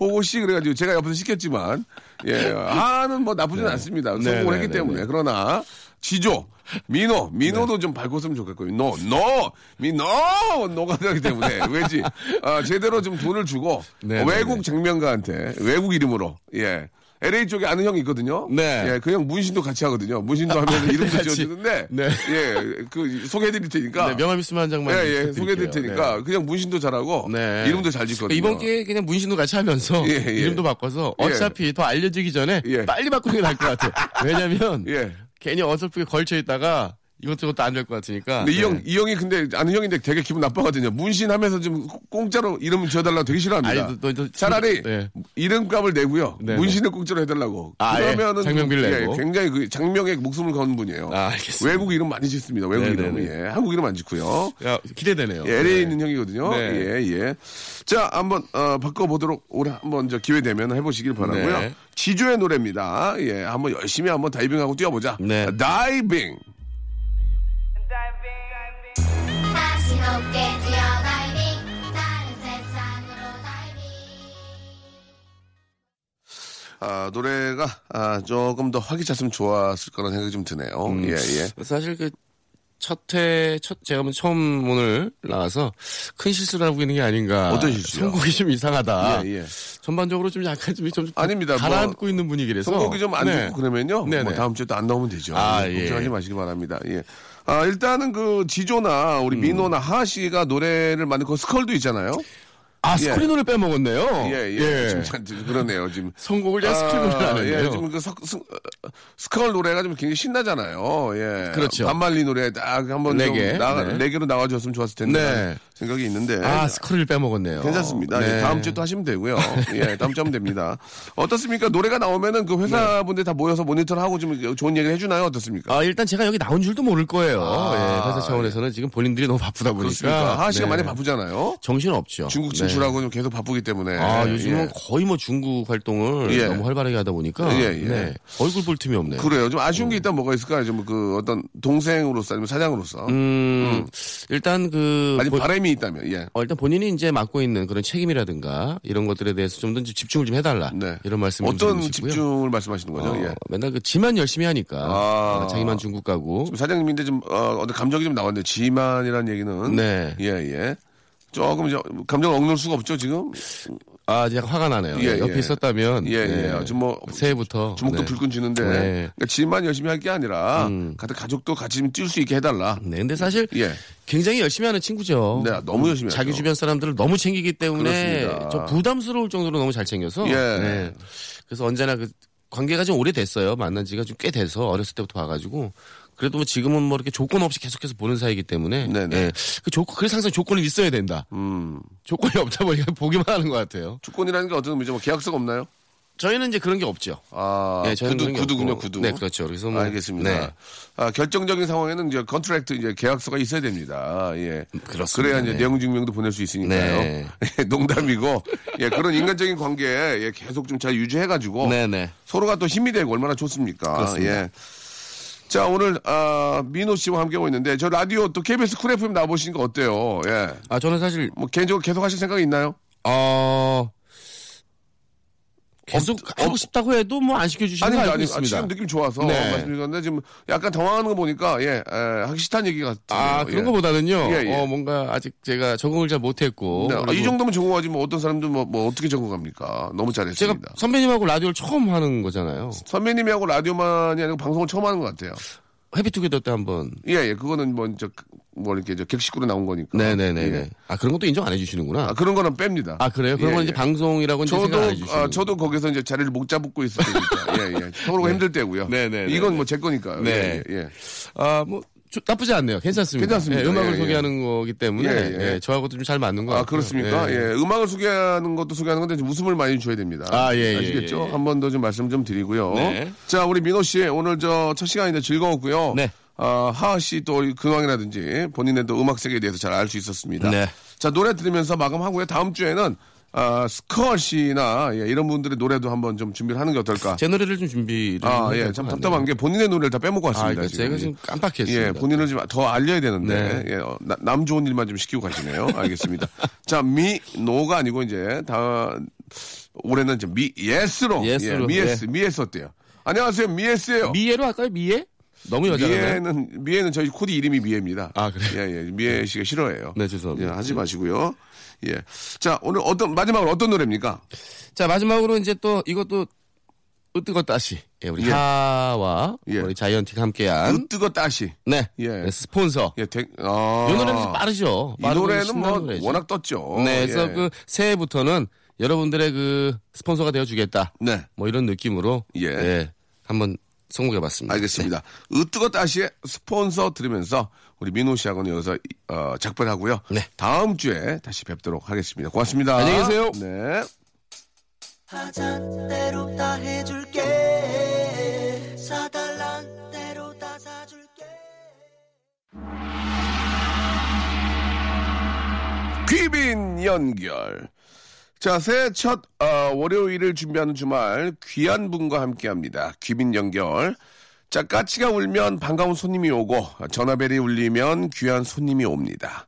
Speaker 1: 호호 씨 그래가지고 제가 옆에서 시켰지만 예 하하는 뭐 나쁘진 않습니다. 성공을
Speaker 3: 네,
Speaker 1: 했기
Speaker 3: 네,
Speaker 1: 때문에
Speaker 3: 네.
Speaker 1: 그러나 지조. 민호, 민호도 좀 바꿨으면 좋겠고요. 노, 노, 민호, 노가 되기 때문에 왜지? 아, 제대로 좀 돈을 주고
Speaker 3: 네,
Speaker 1: 외국
Speaker 3: 네, 네.
Speaker 1: 장면가한테 외국 이름으로 예. LA 쪽에 아는 형이 있거든요.
Speaker 3: 네. 아,
Speaker 1: 예, 그 형 문신도 같이 하거든요. 문신도 하면 이름도
Speaker 3: 같이.
Speaker 1: 지어주는데,
Speaker 3: 네.
Speaker 1: 예, 그 소개해드릴 테니까.
Speaker 3: 네, 명함 있으면 한 장만
Speaker 1: 예, 예,
Speaker 3: 부탁드릴게요.
Speaker 1: 소개해드릴 테니까 그냥 문신도 잘하고
Speaker 3: 네.
Speaker 1: 이름도 잘 짓거든요.
Speaker 3: 이번 기회에 그냥 문신도 같이 하면서
Speaker 1: 예, 예.
Speaker 3: 이름도 바꿔서 어차피 더 알려지기 전에
Speaker 1: 예.
Speaker 3: 빨리 바꾸는 게 나을 것 같아요. 왜냐면
Speaker 1: 예.
Speaker 3: 괜히 어설프게 걸쳐 있다가 이것저것도 안 될 것 같으니까.
Speaker 1: 근데 이
Speaker 3: 네.
Speaker 1: 형, 이 형이 근데 아는 형인데 되게 기분 나빠거든요. 문신하면서 좀 공짜로 이름 지어달라고 되게 싫어합니다.
Speaker 3: 아니, 또- 또- 또-
Speaker 1: 차라리
Speaker 3: 네.
Speaker 1: 이름값을 내고요.
Speaker 3: 네,
Speaker 1: 문신을 공짜로 해달라고.
Speaker 3: 아, 예.
Speaker 1: 그러면은
Speaker 3: 장명비를
Speaker 1: 예,
Speaker 3: 내고.
Speaker 1: 굉장히 그 장명에 목숨을 거는 분이에요.
Speaker 3: 아, 알겠습니다.
Speaker 1: 외국 이름 많이 짓습니다. 외국
Speaker 3: 네,
Speaker 1: 이름.
Speaker 3: 네, 네.
Speaker 1: 예, 한국 이름 안 짓고요.
Speaker 3: 야, 기대되네요.
Speaker 1: 예, LA에 있는 형이거든요.
Speaker 3: 네.
Speaker 1: 예, 예. 자, 한번 어, 바꿔보도록 올해 한번 저 기회 되면 해보시길 바라고요.
Speaker 3: 네.
Speaker 1: 지조의 노래입니다. 예, 한번 열심히 한번 다이빙하고 뛰어보자.
Speaker 3: 네.
Speaker 1: 다이빙.
Speaker 5: 다시 높게 뛰어 다이빙 다른 세상으로 다이빙
Speaker 1: 아, 노래가 아, 조금 더 활기찼으면 좋았을 거라는 생각이 좀 드네요.
Speaker 3: 음.
Speaker 1: 예, 예.
Speaker 3: 사실 그 첫회 첫 제가 뭐 처음 오늘 나와서 큰 실수를 하고 있는 게 아닌가.
Speaker 1: 어떤 실수요?
Speaker 3: 선곡이 좀 이상하다.
Speaker 1: 예, 예.
Speaker 3: 전반적으로 좀 약간 좀, 좀
Speaker 1: 아닙니다. 뭐
Speaker 3: 가라앉고 있는 분위기라서.
Speaker 1: 선곡이 좀 안
Speaker 3: 네.
Speaker 1: 좋고 그러면요.
Speaker 3: 네네.
Speaker 1: 뭐 다음 주에 또 안 나오면 되죠. 네,
Speaker 3: 아, 예.
Speaker 1: 걱정하지 마시기 바랍니다. 예. 아, 일단은 그 지조나 우리
Speaker 3: 음.
Speaker 1: 민호나 하하 씨가 노래를 만든 그 스컬도 있잖아요.
Speaker 3: 아
Speaker 1: 예.
Speaker 3: 스크린으로 빼먹었네요.
Speaker 1: 예, 예. 지금 참 그러네요, 지금.
Speaker 3: 선곡을 잘 아, 스크린으로 안
Speaker 1: 예,
Speaker 3: 했네요.
Speaker 1: 요즘 그 석- 스, 어, 스컬 노래가 좀 굉장히 신나잖아요. 예.
Speaker 3: 그렇죠.
Speaker 1: 반말리 노래 딱 한번
Speaker 3: 네
Speaker 1: 좀
Speaker 3: 개.
Speaker 1: 나가-
Speaker 3: 네.
Speaker 1: 네 개로 나와줬으면 좋았을 텐데.
Speaker 3: 네.
Speaker 1: 생각이 있는데.
Speaker 3: 아, 스크를 빼먹었네요.
Speaker 1: 괜찮습니다.
Speaker 3: 네.
Speaker 1: 예, 다음 주에 또 하시면 되고요. 예, 다음 주에 하면 됩니다. 어떻습니까? 노래가 나오면은 그 회사분들 다 모여서 모니터를 하고 좀 좋은 얘기를 해주나요? 어떻습니까?
Speaker 3: 네. 아, 일단 제가 여기 나온 줄도 모를 거예요. 예, 회사 차원에서는 지금 본인들이 너무 바쁘다 보니까.
Speaker 1: 아. 그렇습니까? 하하 씨가
Speaker 3: 네.
Speaker 1: 많이 바쁘잖아요.
Speaker 3: 정신 없죠. 네.
Speaker 1: 중국 진출하고 좀 계속 바쁘기 때문에.
Speaker 3: 아, 요즘은
Speaker 1: 예.
Speaker 3: 거의 뭐 중국 활동을
Speaker 1: 예.
Speaker 3: 너무 활발하게 하다 보니까
Speaker 1: 예, 예.
Speaker 3: 네, 얼굴 볼 틈이 없네요.
Speaker 1: 그래요. 좀 아쉬운
Speaker 3: 음.
Speaker 1: 게 있다면 뭐가 있을까요? 좀 그 어떤 동생으로서 아니면 사장으로서.
Speaker 3: 음, 일단 그
Speaker 1: 아니,
Speaker 3: 본-
Speaker 1: 바람이 있다면, 예.
Speaker 3: 어, 일단 본인이 이제 맡고 있는 그런 책임이라든가 이런 것들에 대해서 좀 더 집중을 좀 해달라
Speaker 1: 네.
Speaker 3: 이런 말씀을 좀
Speaker 1: 어떤
Speaker 3: 드리고 싶고요.
Speaker 1: 집중을 말씀하시는 거죠?
Speaker 3: 어,
Speaker 1: 예.
Speaker 3: 맨날 그 지만 열심히 하니까
Speaker 1: 아.
Speaker 3: 어, 자기만 중국 가고
Speaker 1: 좀 사장님인데 좀 어, 어떤 감정이 좀 나왔네요. 지만이라는 얘기는.
Speaker 3: 네.
Speaker 1: 예, 예. 조금 이제 감정을 억눌 수가 없죠, 지금.
Speaker 3: 아 이제 화가 나네요.
Speaker 1: 예,
Speaker 3: 옆에
Speaker 1: 예.
Speaker 3: 있었다면
Speaker 1: 예, 예. 아주 뭐
Speaker 3: 새해부터
Speaker 1: 주먹도
Speaker 3: 네.
Speaker 1: 불끈 쥐는데
Speaker 3: 네. 음.
Speaker 1: 그러니까 지만 열심히 할 게 아니라 같은 가족도 같이 좀 뛸 수 있게 해달라.
Speaker 3: 네, 근데 사실
Speaker 1: 예.
Speaker 3: 굉장히 열심히 하는 친구죠.
Speaker 1: 네, 너무 열심히 하죠.
Speaker 3: 자기 주변 사람들을 너무 챙기기 때문에
Speaker 1: 그렇습니다.
Speaker 3: 좀 부담스러울 정도로 너무 잘 챙겨서.
Speaker 1: 예.
Speaker 3: 네. 그래서 언제나 그 관계가 좀 오래됐어요. 만난 지가 좀 꽤 돼서 어렸을 때부터 와가지고. 그래도 뭐 지금은 뭐 이렇게 조건 없이 계속해서 보는 사이기 때문에.
Speaker 1: 네네.
Speaker 3: 예. 그 조건, 그래서 항상 조건이 있어야 된다.
Speaker 1: 음.
Speaker 3: 조건이 없다 보니까 보기만 하는 것 같아요.
Speaker 1: 조건이라는 게 어떤 의미죠? 뭐 계약서가 없나요?
Speaker 3: 저희는 이제 그런 게 없죠.
Speaker 1: 아,
Speaker 3: 네, 저희는
Speaker 1: 구두,
Speaker 3: 그런 게
Speaker 1: 구두군요,
Speaker 3: 없고.
Speaker 1: 구두.
Speaker 3: 네, 그렇죠. 그래서 뭐.
Speaker 1: 알겠습니다.
Speaker 3: 네.
Speaker 1: 아, 결정적인 상황에는 이제 컨트랙트 이제 계약서가 있어야 됩니다. 예.
Speaker 3: 그렇습니다.
Speaker 1: 래야 이제
Speaker 3: 네.
Speaker 1: 내용 증명도 보낼 수 있으니까요.
Speaker 3: 네.
Speaker 1: 예, 농담이고 예, 그런 인간적인 관계 예, 계속 좀 잘 유지해 가지고
Speaker 3: 네네.
Speaker 1: 서로가 또 힘이 되고 얼마나 좋습니까? 예. 자, 오늘 아, 민호 씨와 함께 하고 있는데 저 라디오 또 KBS 쿨 FM 나와 보시는 거 어때요? 예.
Speaker 3: 아, 저는 사실
Speaker 1: 뭐 개인적으로 계속 하실 생각이 있나요?
Speaker 3: 어, 계속
Speaker 1: 없-
Speaker 3: 하고
Speaker 1: 없-
Speaker 3: 싶다고 해도 뭐 안 시켜주시는 거
Speaker 1: 아닙니다,
Speaker 3: 알고
Speaker 1: 아닙니다.
Speaker 3: 있습니다.
Speaker 1: 지금 느낌 좋아서
Speaker 3: 네.
Speaker 1: 말씀드렸는데 지금 약간 당황하는 거 보니까 예, 예, 하기 싫다는 얘기 같아요.
Speaker 3: 아, 그런
Speaker 1: 예.
Speaker 3: 거보다는요.
Speaker 1: 예, 예.
Speaker 3: 어, 뭔가 아직 제가 적응을 잘 못했고.
Speaker 1: 네, 아,
Speaker 3: 그리고
Speaker 1: 이 정도면 적응하지 뭐 어떤 사람도 뭐, 뭐 어떻게 적응합니까? 너무
Speaker 3: 제가
Speaker 1: 잘했습니다.
Speaker 3: 선배님하고 라디오를 처음 하는 거잖아요.
Speaker 1: 선배님이하고 라디오만이 아니고 방송을 처음 하는 것 같아요.
Speaker 3: 해피투게더 때 한번.
Speaker 1: 예, 예, 그거는 뭐, 이제, 그- 뭐 이렇게 저 객식구로 나온 거니까.
Speaker 3: 네네네.
Speaker 1: 예.
Speaker 3: 아, 그런 것도 인정 안 해주시는구나.
Speaker 1: 아,
Speaker 3: 아,
Speaker 1: 그런 거는 뺍니다.
Speaker 3: 그래요? 그런
Speaker 1: 예,
Speaker 3: 건
Speaker 1: 예.
Speaker 3: 이제 방송이라고 이제
Speaker 1: 저도,
Speaker 3: 생각 안 해주시는
Speaker 1: 아, 저도 거기서 이제 자리를 못 잡고 있을 테니까. 예, 예. 서로가 힘들 때고요.
Speaker 3: 네네네.
Speaker 1: 이건 뭐 제 거니까요.
Speaker 3: 네.
Speaker 1: 예, 예.
Speaker 3: 아, 뭐. 저- 나쁘지 않네요. 괜찮습니다.
Speaker 1: 괜찮습니다.
Speaker 3: 예, 음악을
Speaker 1: 예, 예.
Speaker 3: 소개하는 거기 때문에
Speaker 1: 예, 예.
Speaker 3: 예, 저하고도 좀 잘 맞는 거 같아요.
Speaker 1: 아, 그렇습니까? 예. 음악을 소개하는 것도 소개하는 건데 좀 웃음을 많이 줘야 됩니다.
Speaker 3: 아, 예, 예,
Speaker 1: 아시겠죠?
Speaker 3: 예, 예.
Speaker 1: 한 번 더 좀 말씀 좀 드리고요.
Speaker 3: 네.
Speaker 1: 자, 우리 민호 씨 오늘 저 첫 시간인데 즐거웠고요.
Speaker 3: 네.
Speaker 1: 아, 하하 씨 또 근황이라든지 본인의 또 음악 세계에 대해서 잘 알 수 있었습니다.
Speaker 3: 네.
Speaker 1: 자, 노래 들으면서 마감하고요. 다음 주에는 아, 스컬 씨나 예, 이런 분들의 노래도 한번 좀 준비를 하는 게 어떨까?
Speaker 3: 제 노래를 좀 준비를.
Speaker 1: 아,
Speaker 3: 해야
Speaker 1: 예.
Speaker 3: 될
Speaker 1: 참
Speaker 3: 것 같네요.
Speaker 1: 답답한 게 본인의 노래를 다 빼먹고
Speaker 3: 아,
Speaker 1: 왔습니다.
Speaker 3: 이거 제가 지금 깜빡했습니다. 네.
Speaker 1: 예, 본인을 좀 더 알려야 되는데 예, 어, 나- 남 좋은 일만 좀 시키고 가시네요. 알겠습니다. 자, 미 노가 아니고 이제 다 올해는 이제 미 예스로
Speaker 3: 예스로, 네.
Speaker 1: 예, 미예스 미예스 어때요? 안녕하세요, 미예스예요.
Speaker 3: 미예로 할까요? 미예? 너무 여자잖아요.
Speaker 1: 미예는 미예는 저희 코디 이름이 미예입니다.
Speaker 3: 아, 그래요?
Speaker 1: 예, 예, 미예 씨가 싫어해요.
Speaker 3: 네, 죄송합니다.
Speaker 1: 예, 하지 마시고요. 예, 자 오늘 어떤 마지막으로 어떤 노래입니까?
Speaker 3: 자 마지막으로 이제 또 이것도 으뜨거 따시 예, 우리
Speaker 1: 예.
Speaker 3: 하와
Speaker 1: 예.
Speaker 3: 우리 자이언티가 함께한
Speaker 1: 으뜨거 따시.
Speaker 3: 네
Speaker 1: 예.
Speaker 3: 네, 스폰서
Speaker 1: 예, 대, 아,
Speaker 3: 이 노래는 좀 빠르죠.
Speaker 1: 이
Speaker 3: 빠르고
Speaker 1: 노래는
Speaker 3: 신나는
Speaker 1: 뭐
Speaker 3: 노래죠.
Speaker 1: 워낙 떴죠.
Speaker 3: 네, 그래서
Speaker 1: 예.
Speaker 3: 그 새해부터는 여러분들의 그 스폰서가 되어주겠다.
Speaker 1: 네.
Speaker 3: 뭐 이런 느낌으로
Speaker 1: 예.
Speaker 3: 예, 한번 성공해봤습니다. 네.
Speaker 1: 알겠습니다. 으뜨거 따시의 스폰서 들으면서 우리 민호 씨하고는 여기서 어, 작별하고요.
Speaker 3: 네.
Speaker 1: 다음 주에 다시 뵙도록 하겠습니다. 고맙습니다.
Speaker 3: 안녕히 계세요.
Speaker 1: 네.
Speaker 4: 하잔 대로 다 해줄게 사달란 대로 다 사줄게
Speaker 1: 귀빈 연결. 자, 새해 첫 어, 월요일을 준비하는 주말 귀한 분과 함께합니다. 귀빈 연결. 자, 까치가 울면 반가운 손님이 오고 전화벨이 울리면 귀한 손님이 옵니다.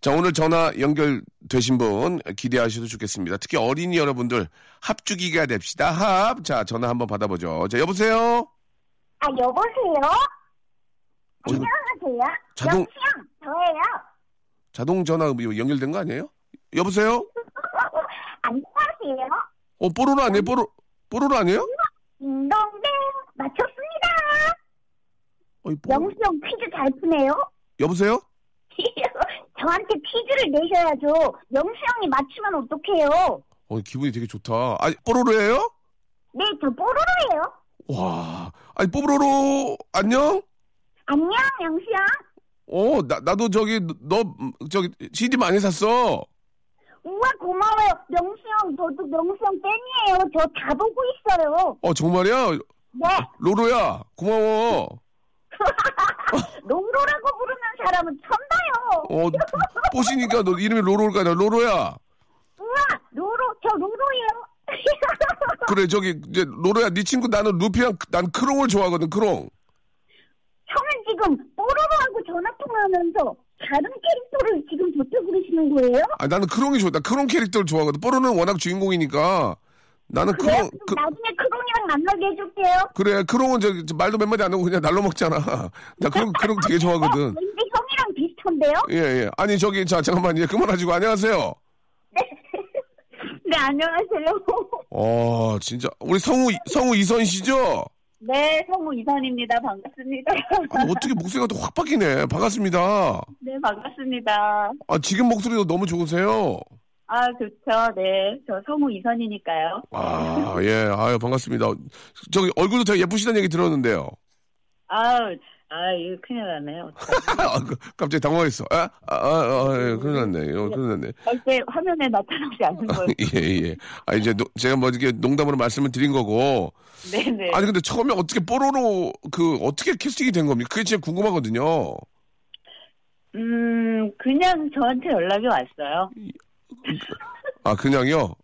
Speaker 1: 자, 오늘 전화 연결되신 분 기대하셔도 좋겠습니다. 특히 어린이 여러분들 합주기가 됩시다. 합. 자, 전화 한번 받아보죠. 자, 여보세요?
Speaker 6: 아, 여보세요?
Speaker 1: 어, 이거
Speaker 6: 안녕하세요?
Speaker 1: 자동-
Speaker 6: 영수형, 저예요.
Speaker 1: 자동 전화 뭐 연결된 거 아니에요? 여보세요?
Speaker 6: 안녕하세요?
Speaker 1: 어, 뽀로로 아니에요? 뽀로, 뽀로로 아니에요?
Speaker 6: 딩동댕, 맞췄습니다.
Speaker 1: 어, 이 뽀로로.
Speaker 6: 영수형 퀴즈 잘 푸네요.
Speaker 1: 여보세요?
Speaker 6: 저한테 퀴즈를 내셔야죠. 영수형이 맞추면 어떡해요?
Speaker 1: 어, 기분이 되게 좋다. 아니, 뽀로로예요?
Speaker 6: 네, 저 뽀로로예요.
Speaker 1: 와, 아니, 뽀로로, 안녕?
Speaker 6: 안녕, 영수형.
Speaker 1: 어, 나, 나도 저기, 너, 음, 저기, CD 많이 샀어.
Speaker 6: 우와 고마워요. 명수 형 저도 명수 형 팬이에요. 저 다 보고 있어요.
Speaker 1: 어, 정말이야?
Speaker 6: 네.
Speaker 1: 로로야, 고마워.
Speaker 6: 로로라고 부르는 사람은 처음 봐요.
Speaker 1: 어, 뽀시니까 너 이름이 로로일까? 나 로로야.
Speaker 6: 우와 로로 저 로로예요.
Speaker 1: 그래, 저기, 이제, 로로야, 네 친구 나는 루피랑, 크- 난 크롱을 좋아하거든, 크롱.
Speaker 6: 형은 지금 뽀로로하고 전화 통화하면서 다른 캐릭터를 지금 저쪽 그러시는 거예요?
Speaker 1: 아, 나는 크롱이 좋아. 나 크롱 캐릭터를 좋아하거든. 뽀로는 워낙 주인공이니까. 나는
Speaker 6: 그래요?
Speaker 1: 크롱,
Speaker 6: 그럼
Speaker 1: 크,
Speaker 6: 나중에 크롱이랑 만나게 해줄게요.
Speaker 1: 그래, 크롱은 저, 저 말도 몇 마디 안 하고 그냥 날로 먹잖아. 나 크롱, 크롱 되게
Speaker 6: 어,
Speaker 1: 좋아하거든.
Speaker 6: 왠지 형이랑 비슷한데요?
Speaker 1: 예, 예. 아니, 저기, 자, 잠깐만, 예, 그만하시고, 안녕하세요.
Speaker 6: 네 안녕하세요.
Speaker 1: 어, 진짜. 우리 성우, 성우 이선 씨죠?
Speaker 6: 네 성우 이선입니다. 반갑습니다.
Speaker 1: 아, 어떻게 목소리가 또 확 바뀌네. 반갑습니다.
Speaker 6: 네 반갑습니다.
Speaker 1: 아, 지금 목소리도 너무 좋으세요.
Speaker 6: 아 좋죠. 네저 성우 이선이니까요.
Speaker 1: 아, 예. 아유, 반갑습니다. 저기, 얼굴도 되게 예쁘시다는 얘기 들었는데요.
Speaker 6: 아우 아 이거 큰일 났네요.
Speaker 1: 아, 그- 갑자기 당황했어. 아, 아, 아, 아, 예, 큰일 났네. 어, 큰일 났네.
Speaker 6: 절대 화면에 나타나지 않는 거예요.
Speaker 1: 예, 예. 아, 이제 노- 제가 뭐 이렇게 농담으로 말씀을 드린 거고.
Speaker 6: 네네.
Speaker 1: 아니, 근데 처음에 어떻게 뽀로로 그, 어떻게 캐스팅이 된 겁니까? 그게 진짜 궁금하거든요.
Speaker 6: 음 그냥 저한테 연락이 왔어요.
Speaker 1: 아, 그냥요?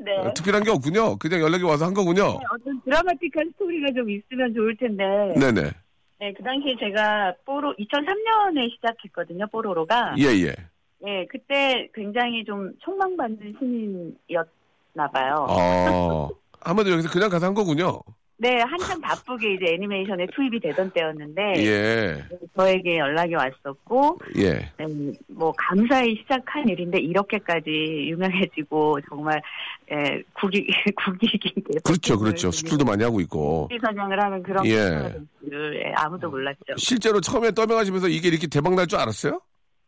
Speaker 6: 네.
Speaker 1: 아, 특별한 게 없군요. 그냥 연락이 와서 한 거군요.
Speaker 6: 어떤 드라마틱한 스토리가 좀 있으면 좋을 텐데.
Speaker 1: 네네.
Speaker 6: 네, 그 당시에 제가 뽀로 2003년에 시작했거든요, 뽀로로가.
Speaker 1: 예, 예.
Speaker 6: 예, 그때 굉장히 좀 총망받는 신인이었나 봐요.
Speaker 1: 아. 한마디로 여기서 그냥 가서 한 거군요.
Speaker 6: 네, 한참 바쁘게 이제 애니메이션에 투입이 되던 때였는데
Speaker 1: 예.
Speaker 6: 저에게 연락이 왔었고
Speaker 1: 예.
Speaker 6: 음, 뭐 감사히 시작한 일인데 이렇게까지 유명해지고 정말 예, 국익 국익인데 음,
Speaker 1: 그렇죠, 그렇죠. 수출도 많이 하고 있고.
Speaker 6: 네. 선양을 하는 그런
Speaker 1: 예. 어,
Speaker 6: 예. 아무도 몰랐죠.
Speaker 1: 실제로 처음에 떠명하시면서 이게 이렇게 대박 날 줄 알았어요?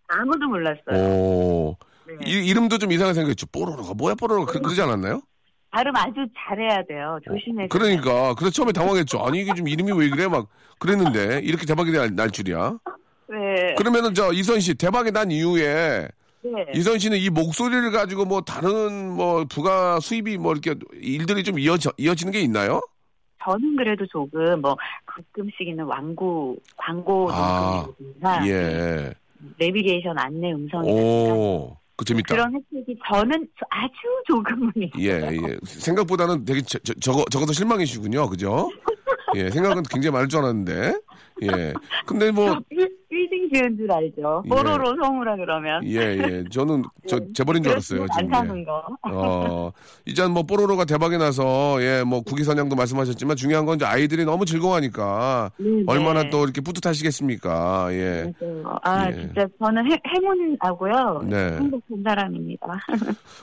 Speaker 6: 아무도 몰랐어요.
Speaker 1: 오.
Speaker 6: 네.
Speaker 1: 이, 이름도 좀 이상하게 생겼죠. 뽀로로가 뭐야, 뽀로로가. 그, 그러지 않았나요?
Speaker 6: 발음 아주 잘해야 돼요. 조심해서.
Speaker 1: 그러니까. 그래서 처음에 당황했죠. 아니, 이게 좀 이름이 왜 그래? 막 그랬는데. 이렇게 대박이 날, 날 줄이야.
Speaker 6: 네.
Speaker 1: 그러면은 저 이선 씨, 대박이 난 이후에
Speaker 6: 네.
Speaker 1: 그- 이선 씨는 이 목소리를 가지고 뭐 다른 뭐 부가 수입이 뭐 이렇게 일들이 좀 이어져, 이어지는 게 있나요?
Speaker 6: 저는 그래도 조금 뭐 가끔씩이는 광고 광고
Speaker 1: 아,
Speaker 6: 음성이나 네,
Speaker 1: 예.
Speaker 6: 내비게이션 안내 음성이나
Speaker 1: 오. 그 재밌다.
Speaker 6: 네. 그런 혜택이 저는 아주 조금은
Speaker 1: 예,
Speaker 6: 있어요.
Speaker 1: 예. 생각보다는 되게 저, 저, 저거, 저거도 실망이시군요. 그죠? 예, 생각은 굉장히 많을 줄 알았는데. 예. 근데 뭐,
Speaker 6: 1등 아, 지은 줄 알죠.
Speaker 1: 예.
Speaker 6: 뽀로로 성우라 그러면.
Speaker 1: 예, 예. 저는 저,
Speaker 6: 네.
Speaker 1: 재벌인 줄 알았어요.
Speaker 6: 안
Speaker 1: 지금.
Speaker 6: 사는
Speaker 1: 예.
Speaker 6: 거.
Speaker 1: 어, 이젠 뭐 뽀로로가 대박이 나서, 예, 뭐 국기선양도 말씀하셨지만 중요한 건 이제 아이들이 너무 즐거워하니까
Speaker 6: 네,
Speaker 1: 예. 얼마나
Speaker 6: 네.
Speaker 1: 또 이렇게 뿌듯하시겠습니까. 예.
Speaker 6: 맞아요. 아
Speaker 1: 예.
Speaker 6: 진짜 저는 해, 행운하고요.
Speaker 1: 네.
Speaker 6: 행복한 사람입니다.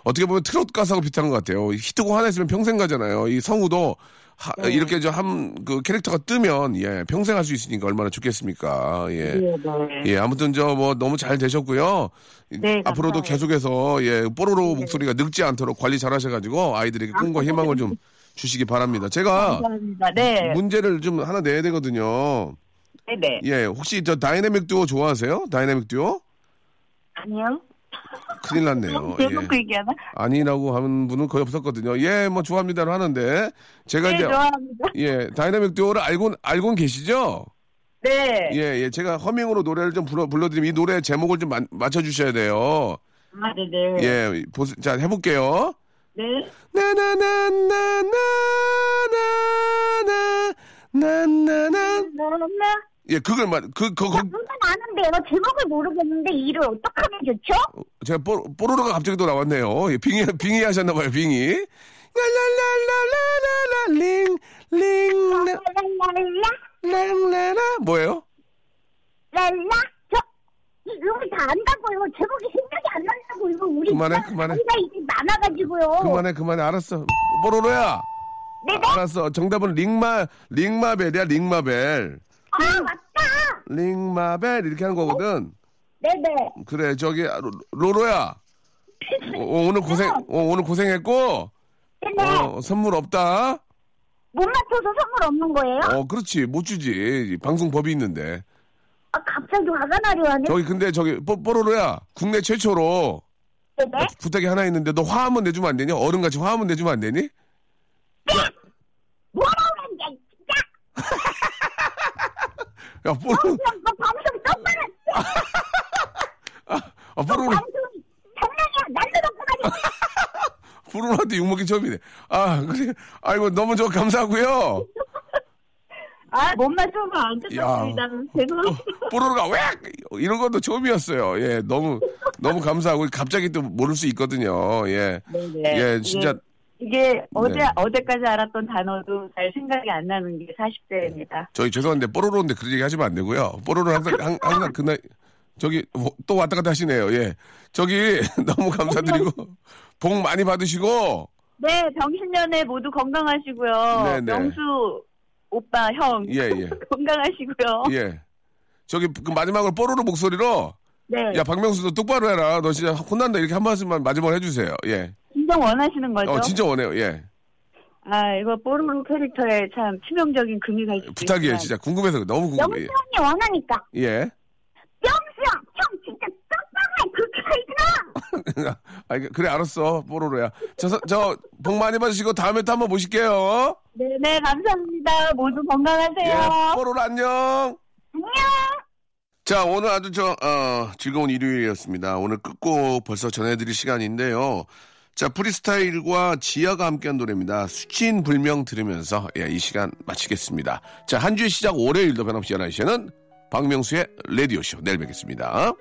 Speaker 1: 어떻게 보면 트롯 가사하고 비슷한 것 같아요. 히트곡 하나 있으면 평생 가잖아요. 이 성우도 하-
Speaker 6: 네.
Speaker 1: 이렇게 저 한 그 캐릭터가 뜨면 예 평생 할 수 있으니까 얼마나 좋겠습니까. 예.
Speaker 6: 네, 네.
Speaker 1: 예, 아무튼 저 뭐 너무 잘 되셨고요. 이-
Speaker 6: 네,
Speaker 1: 앞으로도
Speaker 6: 감사해요.
Speaker 1: 계속해서 예, 뽀로로 목소리가 늙지 않도록 관리 잘 하셔가지고 아이들에게 꿈과 희망을 좀 주시기 바랍니다. 제가
Speaker 6: 감사합니다. 네.
Speaker 1: 아, 문제를 좀 하나 내야 되거든요.
Speaker 6: 네, 네.
Speaker 1: 예, 혹시 저 다이내믹 듀오 좋아하세요? 다이내믹 듀오?
Speaker 6: 아니요.
Speaker 1: 큰일 났네요.
Speaker 6: 대놓고
Speaker 1: 예.
Speaker 6: 어, 얘기하나?
Speaker 1: 아니라고 하는 분은 거의 없었거든요. 예, 뭐 좋아합니다를 하는데 제가 그러니까
Speaker 6: 네,
Speaker 1: 이제
Speaker 6: 좋아합니다.
Speaker 1: 예, 다이내믹 듀오를 알고 알고 계시죠?
Speaker 6: 네.
Speaker 1: 예, 예, 제가 허밍으로 노래를 좀 불러 불러드리면 이 노래 제목을 좀 마- 맞춰주셔야 돼요.
Speaker 6: 아, 네, 네.
Speaker 1: 예, 보세, 자, 해볼게요.
Speaker 6: 네.
Speaker 1: 나나나나나나나, 나나나.
Speaker 6: 뭐, 나나
Speaker 1: 예, 그걸 말, 그, 그, 그,
Speaker 6: 누가 아는데요. 제목을 모르겠는데 이를 어떻게 하면 좋죠?
Speaker 1: 제가 뽀, 뽀로로가 갑자기 또 나왔네요. 예, 빙의, 빙의 하셨나봐요, 빙의. 랄랄랄랄랄랄라, 링, 링, 라,
Speaker 6: 랄랄라
Speaker 1: 랑, 라라. 뭐예요?
Speaker 6: 랄라 저 이름을 다 안다고요. 제목이 생각이 안 난다고요. 우리
Speaker 1: 그만해,
Speaker 6: 집안
Speaker 1: 그만해.
Speaker 6: 아이가 이제 많아가지고요.
Speaker 1: 그만해, 그만해. 알았어. 뽀로로야.
Speaker 6: 네네.
Speaker 1: 알았어. 정답은 링마, 링마벨이야, 링마벨.
Speaker 6: 아 맞다.
Speaker 1: 링마벨, 이렇게 한 거거든.
Speaker 6: 네네.
Speaker 1: 그래 저기 로- 로로야 어, 오늘 고생 어, 오늘 고생했고
Speaker 6: 네네.
Speaker 1: 어, 선물 없다
Speaker 6: 못 맞춰서 선물 없는 거예요?
Speaker 1: 어 그렇지 못 주지 방송 법이 있는데
Speaker 7: 아, 갑자기 화가 나려 하네.
Speaker 1: 저기 근데 저기 뽀, 뽀로로야 국내 최초로
Speaker 7: 네네.
Speaker 1: 부탁이 하나 있는데 너 화 한번 내주면 안 되냐? 어른같이 화 한번 내주면 안 되니?
Speaker 7: 뭐라고 했냐, 이 진짜.
Speaker 1: 야 뽀로로
Speaker 7: 그냥
Speaker 6: 뭐
Speaker 7: 너 방송 똑바로. 해.
Speaker 1: 아,
Speaker 6: 뭐
Speaker 7: 너
Speaker 1: 뽀로로
Speaker 7: 방송이 장난이야. 날로 놓고 가지.
Speaker 1: 뽀로로한테 욕먹기 처음이네. 아 그래 아이고 너무 저 감사하고요.
Speaker 6: 아, 몸만 좀
Speaker 1: 안타깝습니다.
Speaker 6: 죄송합니다.
Speaker 1: 뽀로로가 왜 이런 것도 처음이었어요. 예 너무 너무 감사하고 갑자기 또 모를 수 있거든요. 예. 예 진짜
Speaker 6: 네, 이게 어제
Speaker 1: 네.
Speaker 6: 어제까지 알았던 단어도 잘 생각이 안 나는 게 40대입니다.
Speaker 1: 저희 죄송한데 뽀로로인데 그런 얘기 하시면 안 되고요. 뽀로로 항상 항- 항상 그날 저기 뭐, 또 왔다 갔다 하시네요. 예. 저기 너무 감사드리고 복 많이 받으시고
Speaker 6: 네, 병신년에 모두 건강하시고요.
Speaker 1: 네, 네.
Speaker 6: 명수 오빠 형
Speaker 1: 예, 예.
Speaker 6: 건강하시고요.
Speaker 1: 예. 저기 그 마지막으로 뽀로로 목소리로
Speaker 6: 네,
Speaker 1: 야 박명수 너 똑바로 해라. 너 진짜 혼난다 이렇게 한 말씀만 마지막으로 해주세요. 예.
Speaker 6: 진정 원하시는 거죠?
Speaker 1: 어 진짜 원해요. 예.
Speaker 6: 아, 이거 뽀로로 캐릭터에 참 치명적인 금이 갈 수도
Speaker 1: 부탁이에요.
Speaker 6: 있지만
Speaker 1: 진짜 궁금해서 너무 궁금해.
Speaker 7: 명수 형이 원하니까.
Speaker 1: 예.
Speaker 7: 명수 형, 형 진짜 똑바로 해. 그렇게 살지마.
Speaker 1: 아 그래 알았어 뽀로로야. 저저 복 많이 받으시고 다음에 또 한번 보실게요.
Speaker 6: 네, 네, 감사합니다. 모두 건강하세요.
Speaker 1: 예. 뽀로로 안녕.
Speaker 7: 안녕.
Speaker 1: 자, 오늘 아주 저, 어, 즐거운 일요일이었습니다. 오늘 끝곡 벌써 전해드릴 시간인데요. 자, 프리스타일과 지아가 함께한 노래입니다. 수친 불명 들으면서, 예, 이 시간 마치겠습니다. 자, 한 주의 시작 월요일도 변함없이 11시에는 박명수의 라디오쇼. 내일 뵙겠습니다.